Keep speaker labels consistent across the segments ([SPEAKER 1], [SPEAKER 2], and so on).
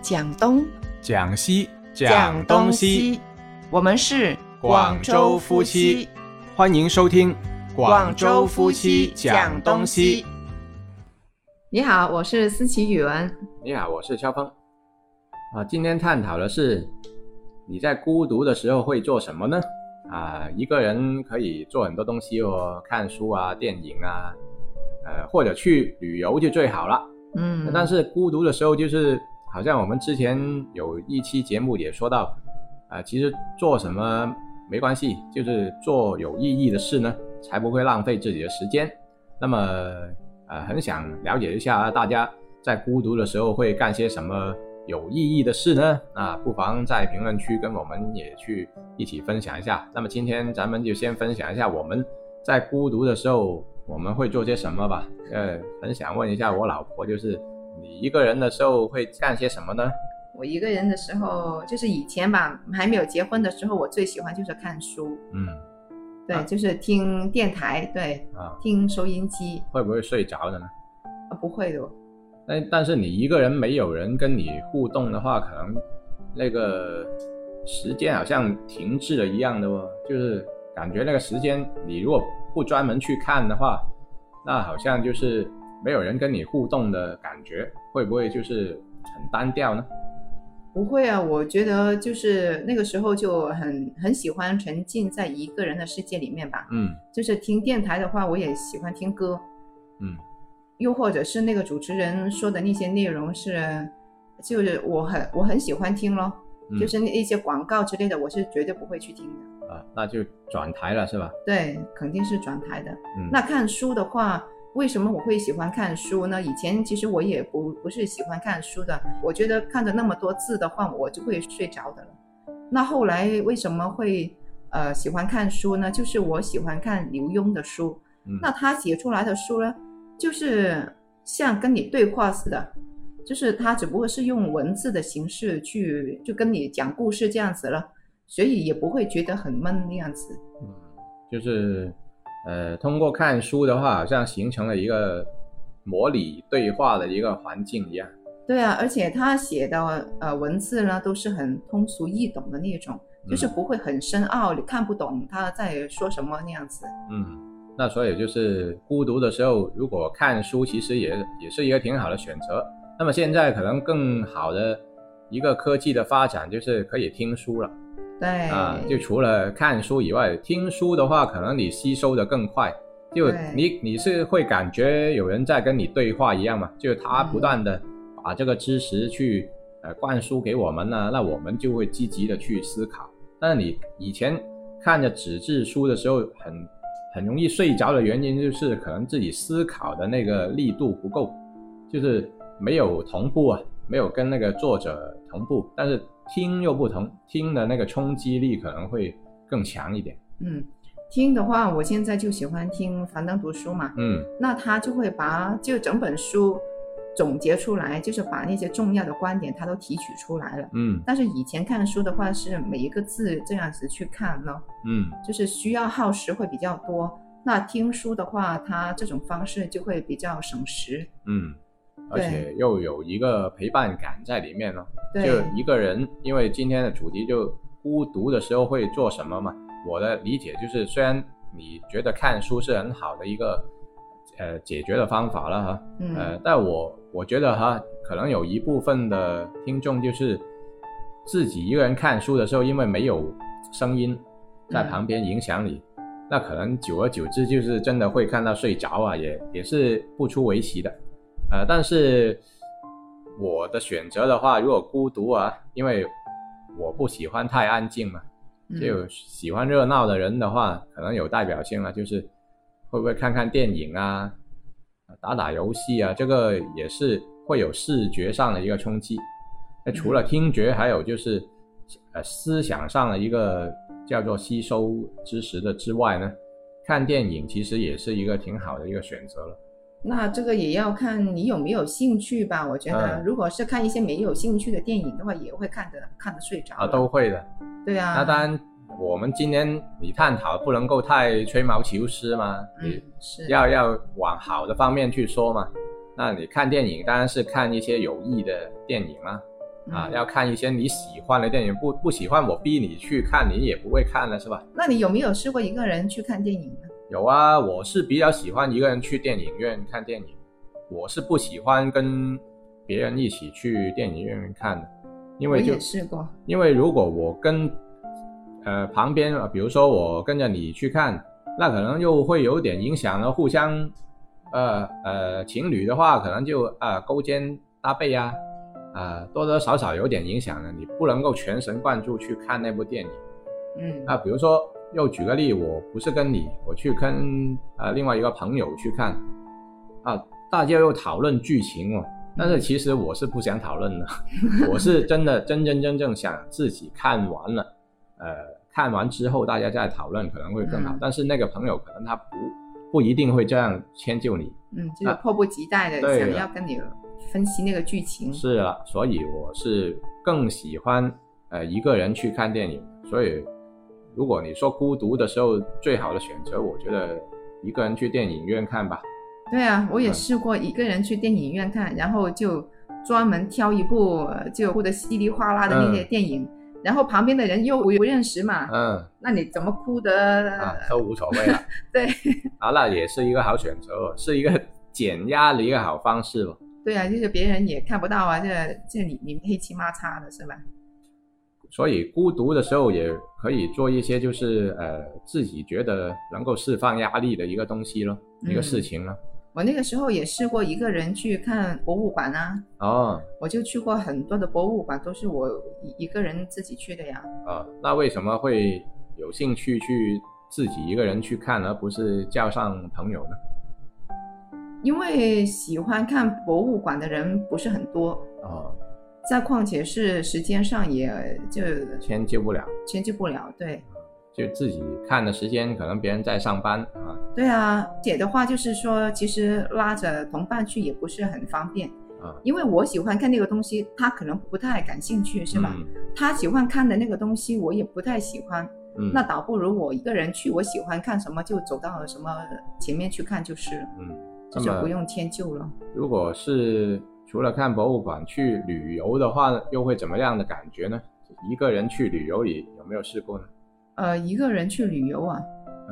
[SPEAKER 1] 讲东
[SPEAKER 2] 讲西
[SPEAKER 1] 讲
[SPEAKER 2] 东西，
[SPEAKER 1] 西，我们是
[SPEAKER 2] 广州夫妻。欢迎收听《
[SPEAKER 1] 广州夫妻讲东西。。你好，我是思琪语文。
[SPEAKER 2] 你好，我是肖峰。啊，今天探讨的是你在孤独的时候会做什么呢？啊，一个人可以做很多东西哦，看书啊、电影啊，呃，或者去旅游就最好了。
[SPEAKER 1] 嗯，
[SPEAKER 2] 但是孤独的时候，就是好像我们之前有一期节目也说到，啊、其实做什么没关系，就是做有意义的事呢，才不会浪费自己的时间。那么，呃，很想了解一下大家在孤独的时候会干些什么有意义的事呢？啊，不妨在评论区跟我们也去一起分享一下。那么今天咱们就先分享一下我们在孤独的时候我们会做些什么吧。呃，很想问一下我老婆，就是你一个人的时候会干些什么呢？
[SPEAKER 1] 我一个人的时候，就是以前吧，还没有结婚的时候，我最喜欢就是看书，
[SPEAKER 2] 嗯
[SPEAKER 1] 对，
[SPEAKER 2] 啊
[SPEAKER 1] 就是听电台，对，
[SPEAKER 2] 啊，
[SPEAKER 1] 听收音机。
[SPEAKER 2] 会不会睡着的呢？
[SPEAKER 1] 啊不会的，
[SPEAKER 2] 但但是你一个人没有人跟你互动的话，可能那个时间好像停滞了一样的哦，就是感觉那个时间你如果不专门去看的话，那好像就是没有人跟你互动的感觉，会不会就是很单调呢？
[SPEAKER 1] 不会啊。我觉得就是那个时候就很很喜欢沉浸在一个人的世界里面吧。
[SPEAKER 2] 嗯
[SPEAKER 1] 就是听电台的话，我也喜欢听歌，
[SPEAKER 2] 嗯
[SPEAKER 1] 又或者是那个主持人说的那些内容是，就是我很我很喜欢听咯，
[SPEAKER 2] 嗯
[SPEAKER 1] 就是那一些广告之类的，我是绝对不会去听的。
[SPEAKER 2] 啊，那就转台了是吧？
[SPEAKER 1] 对，肯定是转台的。
[SPEAKER 2] 嗯，
[SPEAKER 1] 那看书的话，为什么我会喜欢看书呢？以前其实我也不不是喜欢看书的，我觉得看着那么多字的话，我就会睡着的了。那后来为什么会呃喜欢看书呢？就是我喜欢看刘墉的书，
[SPEAKER 2] 嗯
[SPEAKER 1] 那他写出来的书呢，就是像跟你对话似的，就是他只不过是用文字的形式去就跟你讲故事这样子了，所以也不会觉得很闷那样子。
[SPEAKER 2] 嗯，就是呃，通过看书的话，好像形成了一个模拟对话的一个环境一样。
[SPEAKER 1] 对啊，而且他写的呃文字呢都是很通俗易懂的那种，就是
[SPEAKER 2] 嗯
[SPEAKER 1] 不会很深奥，你看不懂他在说什么那样子。
[SPEAKER 2] 嗯，那所以就是孤独的时候，如果看书，其实也也是一个挺好的选择。那么现在可能更好的一个科技的发展，就是可以听书了
[SPEAKER 1] 对，
[SPEAKER 2] 啊。就除了看书以外，听书的话，可能你吸收的更快。就
[SPEAKER 1] 对
[SPEAKER 2] 你你是会感觉有人在跟你对话一样嘛？就是他
[SPEAKER 1] 嗯
[SPEAKER 2] 不断的把这个知识去呃灌输给我们呢、那我们就会积极的去思考。但是你以前看着纸质书的时候很，很容易睡着的原因就是可能自己思考的那个力度不够，就是没有同步啊，没有跟那个作者同步。但是听又不同，听的那个冲击力可能会更强一点。
[SPEAKER 1] 嗯，听的话，我现在就喜欢听樊登读书嘛，
[SPEAKER 2] 嗯
[SPEAKER 1] 那他就会把就整本书总结出来，就是把那些重要的观点他都提取出来了。
[SPEAKER 2] 嗯
[SPEAKER 1] 但是以前看书的话，是每一个字这样子去看呢，
[SPEAKER 2] 嗯
[SPEAKER 1] 就是需要耗时会比较多。那听书的话，它这种方式就会比较省时。
[SPEAKER 2] 嗯，而且又有一个陪伴感在里面了。哦就
[SPEAKER 1] 对，
[SPEAKER 2] 一个人，因为今天的主题就孤独的时候会做什么嘛。我的理解就是，虽然你觉得看书是很好的一个呃解决的方法了哈，
[SPEAKER 1] 嗯，
[SPEAKER 2] 呃，但我我觉得哈，可能有一部分的听众就是自己一个人看书的时候，因为没有声音在旁边影响你，那可能久而久之就是真的会看到睡着啊，也也是不出围棋的。呃，但是我的选择的话，如果孤独啊，因为我不喜欢太安静嘛，
[SPEAKER 1] 嗯
[SPEAKER 2] 就喜欢热闹的人的话，可能有代表性了，就是会不会看看电影啊，打打游戏啊，这个也是会有视觉上的一个冲击。
[SPEAKER 1] 嗯
[SPEAKER 2] 那除了听觉，还有就是呃思想上的一个叫做吸收知识的之外呢，看电影其实也是一个挺好的一个选择了。
[SPEAKER 1] 那这个也要看你有没有兴趣吧。我觉得，
[SPEAKER 2] 嗯
[SPEAKER 1] 如果是看一些没有兴趣的电影的话，也会看得看得睡着
[SPEAKER 2] 啊，
[SPEAKER 1] 的
[SPEAKER 2] 都会的。
[SPEAKER 1] 对啊。
[SPEAKER 2] 那当然，我们今天你探讨不能够太吹毛求疵嘛，
[SPEAKER 1] 嗯
[SPEAKER 2] 你，
[SPEAKER 1] 是
[SPEAKER 2] 要要往好的方面去说嘛。那你看电影当然是看一些有益的电影啦、啊，
[SPEAKER 1] 嗯
[SPEAKER 2] 要看一些你喜欢的电影，不不喜欢我逼你去看，你也不会看了，是吧？
[SPEAKER 1] 那你有没有试过一个人去看电影呢？
[SPEAKER 2] 有啊，我是比较喜欢一个人去电影院看电影，我是不喜欢跟别人一起去电影院看的，因
[SPEAKER 1] 我
[SPEAKER 2] 为就
[SPEAKER 1] 也试过，
[SPEAKER 2] 因为如果我跟呃旁边，呃比如说我跟着你去看，那可能又会有点影响了，互相呃呃情侣的话，可能就呃勾肩搭背啊，呃多多少少有点影响啊了，你不能够全神贯注去看那部电影。
[SPEAKER 1] 嗯
[SPEAKER 2] 那啊比如说，又举个例，我不是跟你，我去跟呃另外一个朋友去看，啊，大家又讨论剧情哦，但
[SPEAKER 1] 嗯
[SPEAKER 2] 是其实我是不想讨论的， 我是真的真真正正想自己看完了，呃，看完之后大家再讨论可能会更好，
[SPEAKER 1] 嗯
[SPEAKER 2] 但是那个朋友可能他不不一定会这样迁就你，
[SPEAKER 1] 嗯，就是迫不及待的
[SPEAKER 2] 啊对
[SPEAKER 1] 想
[SPEAKER 2] 了
[SPEAKER 1] 要跟你分析那个剧情。
[SPEAKER 2] 是啊，所以我是更喜欢呃一个人去看电影。所以，如果你说孤独的时候，最好的选择，我觉得一个人去电影院 看吧。
[SPEAKER 1] 对啊，我也
[SPEAKER 2] 嗯
[SPEAKER 1] 试过一个人去电影院看，然后就专门挑一部呃就哭的稀里哗啦的那些
[SPEAKER 2] 嗯
[SPEAKER 1] 电影，然后旁边的人又不不认识嘛，
[SPEAKER 2] 嗯
[SPEAKER 1] 那你怎么哭的？
[SPEAKER 2] 啊，都无所谓了。
[SPEAKER 1] 对
[SPEAKER 2] 啊，那也是一个好选择哦，是一个减压的一个好方式了。
[SPEAKER 1] 对啊，就是别人也看不到啊，这这你你黑漆麻擦的是吧？
[SPEAKER 2] 所以孤独的时候也可以做一些就是呃自己觉得能够释放压力的一个东西咯，一个
[SPEAKER 1] 嗯
[SPEAKER 2] 事情咯。
[SPEAKER 1] 我那个时候也试过一个人去看博物馆啊，
[SPEAKER 2] 哦，
[SPEAKER 1] 我就去过很多的博物馆，都是我一一个人自己去的呀。
[SPEAKER 2] 啊，那为什么会有兴趣去自己一个人去看，而不是叫上朋友呢？
[SPEAKER 1] 因为喜欢看博物馆的人不是很多，
[SPEAKER 2] 哦，
[SPEAKER 1] 再况且是时间上也就
[SPEAKER 2] 迁就不了，
[SPEAKER 1] 迁就不了。对，
[SPEAKER 2] 就自己看的时间可能别人在上班啊
[SPEAKER 1] 对啊，姐的话就是说，其实拉着同伴去也不是很方便，
[SPEAKER 2] 啊，
[SPEAKER 1] 因为我喜欢看那个东西，他可能不太感兴趣，是吧？
[SPEAKER 2] 嗯
[SPEAKER 1] 他喜欢看的那个东西，我也不太喜欢，
[SPEAKER 2] 嗯，
[SPEAKER 1] 那倒不如我一个人去，我喜欢看什么就走到什么前面去看就是了，
[SPEAKER 2] 嗯，
[SPEAKER 1] 这
[SPEAKER 2] 那
[SPEAKER 1] 就不
[SPEAKER 2] 么
[SPEAKER 1] 用迁就了。
[SPEAKER 2] 如果是除了看博物馆去旅游的话，又会怎么样的感觉呢？一个人去旅游也有没有试过呢？
[SPEAKER 1] 呃，一个人去旅游啊，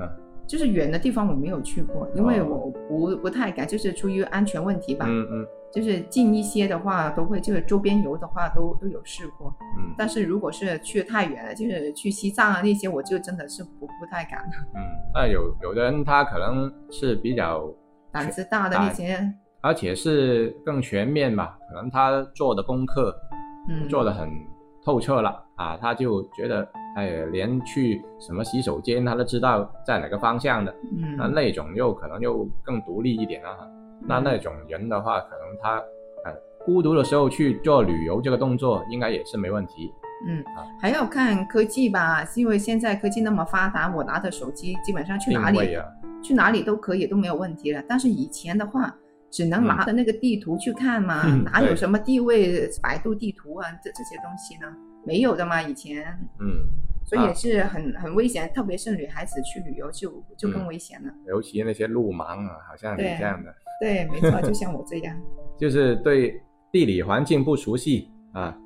[SPEAKER 2] 嗯，
[SPEAKER 1] 就是远的地方我没有去过，因为
[SPEAKER 2] 哦
[SPEAKER 1] 我不不太敢，就是出于安全问题吧。
[SPEAKER 2] 嗯嗯
[SPEAKER 1] 就是近一些的话，都会就是周边游的话都都有试过，
[SPEAKER 2] 嗯
[SPEAKER 1] 但是如果是去太远了，就是去西藏啊那些，我就真的是不不太敢，
[SPEAKER 2] 嗯，那有有的人他可能是比较
[SPEAKER 1] 胆子大的那些，
[SPEAKER 2] 而且是更全面吧，可能他做的功课
[SPEAKER 1] 嗯，
[SPEAKER 2] 做得很透彻了啊，他就觉得哎，连去什么洗手间他都知道在哪个方向的，
[SPEAKER 1] 嗯，
[SPEAKER 2] 那那种又可能又更独立一点啊。那那种人的话，可能他呃孤独的时候去做旅游这个动作，应该也是没问题。
[SPEAKER 1] 嗯
[SPEAKER 2] 啊，
[SPEAKER 1] 还要看科技吧，因为现在科技那么发达，我拿着手机基本上去
[SPEAKER 2] 定
[SPEAKER 1] 哪
[SPEAKER 2] 位
[SPEAKER 1] 里、
[SPEAKER 2] 啊，
[SPEAKER 1] 去哪里都可以，都没有问题了。但是以前的话，只能拿着那个地图去看嘛，
[SPEAKER 2] 嗯
[SPEAKER 1] 哪有
[SPEAKER 2] 对
[SPEAKER 1] 什么地位、百度地图啊这这些东西呢？没有的嘛，以前，
[SPEAKER 2] 嗯，
[SPEAKER 1] 所以
[SPEAKER 2] 啊
[SPEAKER 1] 也是很很危险，特别是女孩子去旅游就就更
[SPEAKER 2] 嗯
[SPEAKER 1] 危险了。
[SPEAKER 2] 尤其那些路盲啊，好像你
[SPEAKER 1] 对
[SPEAKER 2] 这样的。
[SPEAKER 1] 对，没错，就像我这样，
[SPEAKER 2] 就是对地理环境不熟悉啊。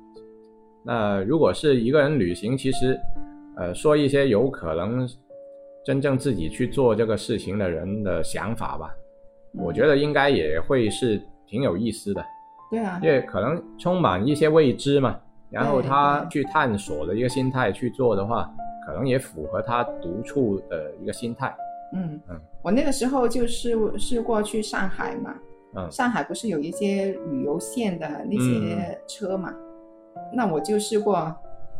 [SPEAKER 2] 那如果是一个人旅行，其实，呃，说一些有可能真正自己去做这个事情的人的想法吧，我觉得应该也会是挺有意思的，
[SPEAKER 1] 对啊，
[SPEAKER 2] 因为可能充满一些未知嘛。然后
[SPEAKER 1] 对
[SPEAKER 2] 他
[SPEAKER 1] 对
[SPEAKER 2] 去探索的一个心态去做的话，可能也符合他独处的一个心态。
[SPEAKER 1] 嗯
[SPEAKER 2] 嗯，
[SPEAKER 1] 我那个时候就是试过去上海嘛，
[SPEAKER 2] 嗯
[SPEAKER 1] 上海不是有一些旅游线的那些
[SPEAKER 2] 嗯
[SPEAKER 1] 车嘛，那我就试过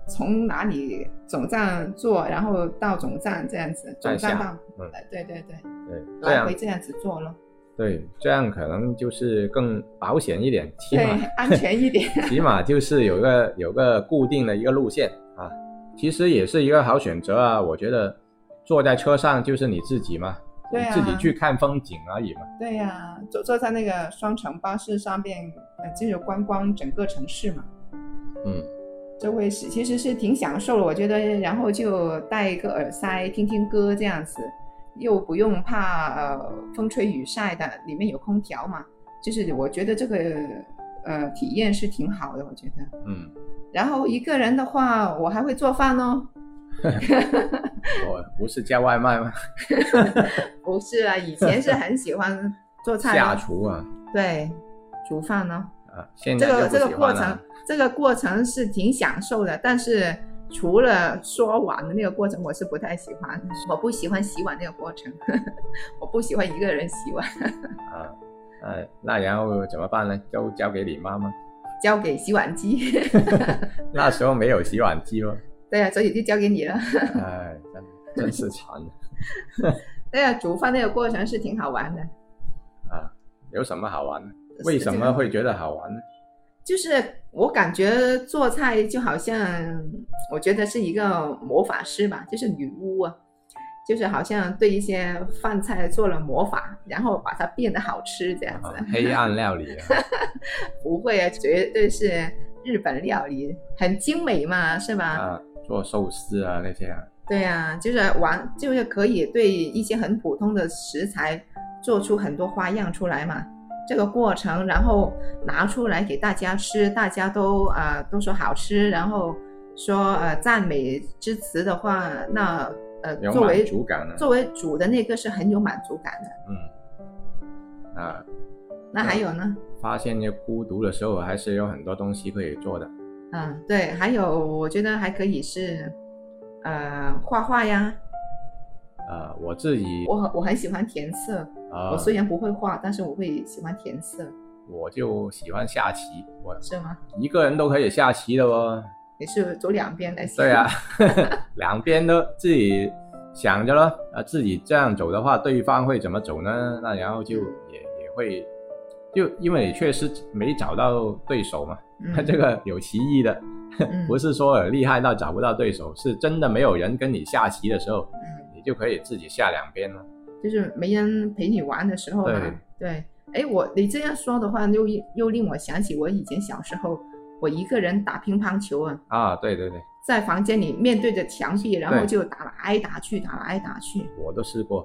[SPEAKER 1] 从哪里总站坐，然后到总站这样子，总
[SPEAKER 2] 再
[SPEAKER 1] 站
[SPEAKER 2] 下
[SPEAKER 1] 到，
[SPEAKER 2] 嗯
[SPEAKER 1] 呃对对对，
[SPEAKER 2] 对，呃这
[SPEAKER 1] 来
[SPEAKER 2] 样
[SPEAKER 1] 回这样子坐咯，
[SPEAKER 2] 对，这样可能就是更保险一点，起
[SPEAKER 1] 对
[SPEAKER 2] 码，
[SPEAKER 1] 安全一点。
[SPEAKER 2] 起码就是有一个有个固定的一个路线啊，其实也是一个好选择啊。我觉得坐在车上就是你自己嘛，
[SPEAKER 1] 对
[SPEAKER 2] 你
[SPEAKER 1] 啊
[SPEAKER 2] 自己去看风景而已嘛。
[SPEAKER 1] 对呀、坐坐在那个双层巴士上面，呃，就是观光整个城市嘛。
[SPEAKER 2] 嗯，
[SPEAKER 1] 就会是其实是挺享受的，我觉得，然后就戴一个耳塞听听歌这样子，又不用怕呃风吹雨晒的，里面有空调嘛，就是我觉得这个呃体验是挺好的，我觉得。
[SPEAKER 2] 嗯，
[SPEAKER 1] 然后一个人的话，我还会做饭哦。
[SPEAKER 2] 我哦不是叫外卖吗？
[SPEAKER 1] 不是啊，以前是很喜欢做 菜
[SPEAKER 2] 下
[SPEAKER 1] 的，
[SPEAKER 2] 厨啊，
[SPEAKER 1] 对，煮饭哦呢、
[SPEAKER 2] 啊，现
[SPEAKER 1] 这
[SPEAKER 2] 在
[SPEAKER 1] 个这
[SPEAKER 2] 就不
[SPEAKER 1] 个
[SPEAKER 2] 喜
[SPEAKER 1] 过
[SPEAKER 2] 欢
[SPEAKER 1] 程
[SPEAKER 2] 了。，
[SPEAKER 1] 这个过程是挺享受的，但是除了说碗的那个过程，我是不太喜欢，我不喜欢洗碗那个过程，我不喜欢一个人洗碗，
[SPEAKER 2] 啊，呃，那然后怎么办呢？就交给你妈妈。
[SPEAKER 1] 交给洗碗机。 啊
[SPEAKER 2] 那时候没有洗碗机哦，
[SPEAKER 1] 对呀、所以就交给你了。
[SPEAKER 2] 哎，真真是惨啊
[SPEAKER 1] 对呀、煮饭那个过程是挺好玩的。
[SPEAKER 2] 啊！有什么好玩的？
[SPEAKER 1] 是
[SPEAKER 2] 为什么会觉得好玩呢？
[SPEAKER 1] 就是我感觉做菜就好像，我觉得是一个魔法师吧，就是女巫啊，就是好像对一些饭菜做了魔法，然后把它变得好吃这样子
[SPEAKER 2] 啊。，黑暗料理啊，
[SPEAKER 1] 不会啊，绝对是日本料理，很精美嘛，是吧？
[SPEAKER 2] 啊做寿司啊那些啊，
[SPEAKER 1] 对啊，就是玩，就是可以对一些很普通的食材做出很多花样出来嘛。这个过程，然后拿出来给大家吃，大家都啊、呃都说好吃，然后说呃赞美之词的话，那呃
[SPEAKER 2] 有
[SPEAKER 1] 作为
[SPEAKER 2] 满足感啊
[SPEAKER 1] 作为主的那个是很有满足感的。
[SPEAKER 2] 嗯，啊，
[SPEAKER 1] 那还有呢？
[SPEAKER 2] 发现这孤独的时候还是有很多东西可以做的。啊
[SPEAKER 1] 嗯，对，还有我觉得还可以是，呃，画画呀，
[SPEAKER 2] 啊，我自己
[SPEAKER 1] 我很我很喜欢填色，
[SPEAKER 2] 啊
[SPEAKER 1] 我，虽然不会画，但是我会喜欢填色，
[SPEAKER 2] 我就喜欢下棋，我
[SPEAKER 1] 是吗？
[SPEAKER 2] 一个人都可以下棋的哦。
[SPEAKER 1] 也是走两边来想。
[SPEAKER 2] 对 啊，两边都自己想着了，啊，自己这样走的话，对方会怎么走呢？那然后就也也会，就因为你确实没找到对手嘛，
[SPEAKER 1] 嗯，
[SPEAKER 2] 这个有歧义的，
[SPEAKER 1] 嗯
[SPEAKER 2] 不是说厉害到找不到对手，是真的没有人跟你下棋的时候，
[SPEAKER 1] 嗯，
[SPEAKER 2] 你就可以自己下两边了。
[SPEAKER 1] 就是没人陪你玩的时候嘛。对，哎，我你这样说的话，又又令我想起我以前小时候，我一个人打乒乓球啊，
[SPEAKER 2] 啊，对对对，
[SPEAKER 1] 在房间里面对着墙壁，然后
[SPEAKER 2] 对
[SPEAKER 1] 就打来挨打去，打来挨打去。
[SPEAKER 2] 我都试过。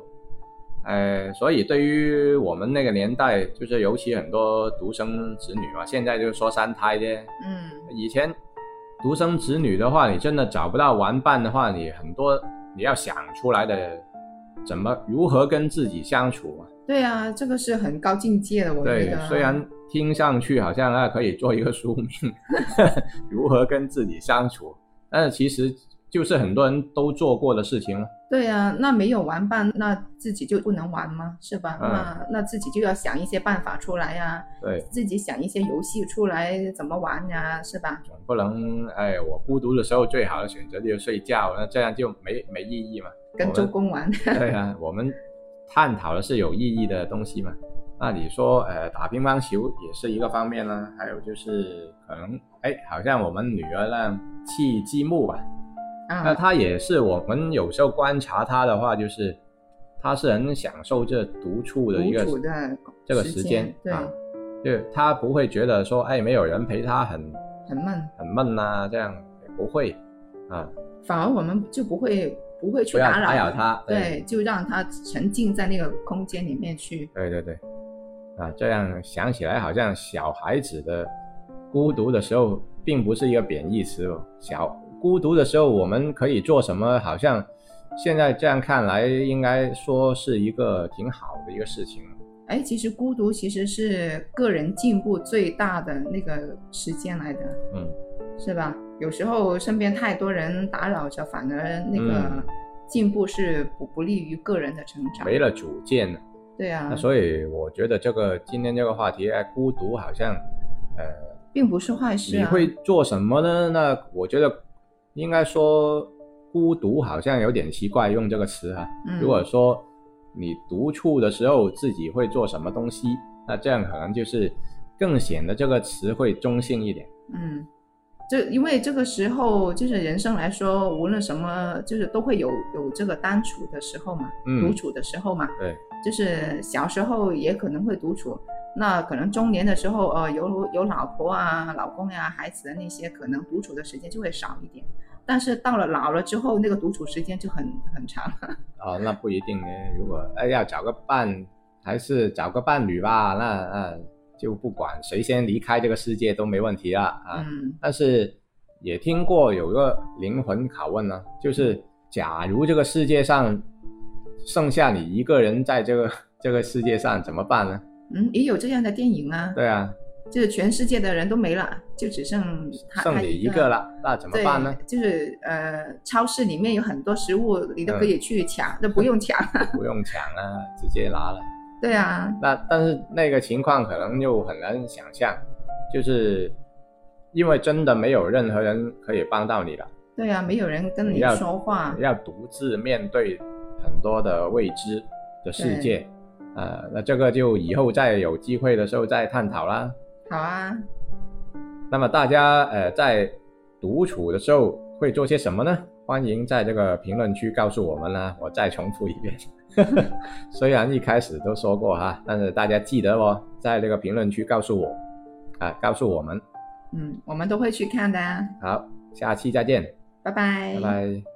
[SPEAKER 2] 呃，所以对于我们那个年代，就是尤其很多独生子女嘛，现在就说三胎的，
[SPEAKER 1] 嗯，
[SPEAKER 2] 以前独生子女的话，你真的找不到玩伴的话，你很多你要想出来的怎么如何跟自己相处嘛。
[SPEAKER 1] 对啊，这个是很高境界的，我觉
[SPEAKER 2] 对
[SPEAKER 1] 得。，啊
[SPEAKER 2] 虽然听上去好像啊可以做一个书名， 如何跟自己相处，但是其实就是很多人都做过的事情了。
[SPEAKER 1] 对呀、那没有玩伴，那自己就不能玩吗？是吧？
[SPEAKER 2] 嗯
[SPEAKER 1] 那那自己就要想一些办法出来呀、
[SPEAKER 2] 对，
[SPEAKER 1] 自己想一些游戏出来怎么玩呀、是吧？
[SPEAKER 2] 总不能哎，我孤独的时候最好的选择就是睡觉，那这样就没没意 义嘛。
[SPEAKER 1] 跟周公 玩，
[SPEAKER 2] 对啊，我们探讨的是有意义的东西嘛。那你说，呃，打乒乓球也是一个方面啦，还有就是可能，哎，好像我们女儿那样砌积木吧，那
[SPEAKER 1] 啊，
[SPEAKER 2] 她也是我们有时候观察她的话，就是她是很享受这独处的一个
[SPEAKER 1] 独处的
[SPEAKER 2] 这个
[SPEAKER 1] 时
[SPEAKER 2] 时
[SPEAKER 1] 间
[SPEAKER 2] 间
[SPEAKER 1] 对
[SPEAKER 2] 啊，就她不会觉得说，哎，没有人陪她很
[SPEAKER 1] 很闷，
[SPEAKER 2] 很闷呐、这样也不会啊，
[SPEAKER 1] 反而我们就不会不会去
[SPEAKER 2] 不要
[SPEAKER 1] 扰
[SPEAKER 2] 打扰他对
[SPEAKER 1] 对，就让他沉浸在那个空间里面去。
[SPEAKER 2] 对对对，啊，这样想起来好像小孩子的孤独的时候，并不是一个贬义词哦。小孤独的时候，我们可以做什么？好像现在这样看来，应该说是一个挺好的一个事情。
[SPEAKER 1] 哎，其实孤独其实是个人进步最大的那个时间来的。
[SPEAKER 2] 嗯，
[SPEAKER 1] 是吧？有时候身边太多人打扰着，反而那个
[SPEAKER 2] 嗯
[SPEAKER 1] 进步是不不利于个人的成长。
[SPEAKER 2] 没了主见，
[SPEAKER 1] 对啊
[SPEAKER 2] 那，所以我觉得这个今天这个话题，哎，孤独好像，呃，
[SPEAKER 1] 并不是坏事
[SPEAKER 2] 你
[SPEAKER 1] 啊。
[SPEAKER 2] 会做什么呢？那我觉得应该说孤独好像有点奇怪，用这个词啊。
[SPEAKER 1] 嗯
[SPEAKER 2] 如果说你独处的时候自己会做什么东西，那这样可能就是更显得这个词汇中性一点。
[SPEAKER 1] 嗯，就因为这个时候就是人生来说，无论什么就是都会有有这个单处的时候嘛，
[SPEAKER 2] 嗯
[SPEAKER 1] 独处的时候嘛。
[SPEAKER 2] 对，
[SPEAKER 1] 就是小时候也可能会独处，那可能中年的时候，呃，有有老婆啊、老公呀、孩子的那些，可能独处的时间就会少一点。但是到了老了之后，那个独处时间就很很长。
[SPEAKER 2] 哦，那不一定呢。如果哎要找个伴，还是找个伴侣吧。那那就不管谁先离开这个世界都没问题啊啊！
[SPEAKER 1] 嗯
[SPEAKER 2] 但是也听过有一个灵魂拷问呢，就是假如这个世界上剩下你一个人在这个 这个世界上怎么办呢？
[SPEAKER 1] 嗯，也有这样的电影啊，
[SPEAKER 2] 对啊，
[SPEAKER 1] 就是全世界的人都没了，就只剩他
[SPEAKER 2] 剩
[SPEAKER 1] 他
[SPEAKER 2] 你一个了，那怎么
[SPEAKER 1] 对，
[SPEAKER 2] 办呢？
[SPEAKER 1] 就是呃，超市里面有很多食物，你
[SPEAKER 2] 嗯
[SPEAKER 1] 都可以去抢，都不用抢。
[SPEAKER 2] 不用抢啊，直接拿了。
[SPEAKER 1] 对啊，
[SPEAKER 2] 那但是那个情况可能又很难想象，就是因为真的没有任何人可以帮到你了，
[SPEAKER 1] 对啊，没有人跟你
[SPEAKER 2] 要
[SPEAKER 1] 说话。
[SPEAKER 2] 要独自面对很多的未知的世界。呃，那这个就以后再有机会的时候再探讨啦。
[SPEAKER 1] 好啊，
[SPEAKER 2] 那么大家呃在独处的时候会做些什么呢？欢迎在这个评论区告诉我们啦。我再重复一遍， 虽然一开始都说过哈，但是大家记得哦，在这个评论区告诉我啊，告诉我们。
[SPEAKER 1] 嗯，我们都会去看的啊。
[SPEAKER 2] 好，下期再见，
[SPEAKER 1] 拜拜，
[SPEAKER 2] 拜拜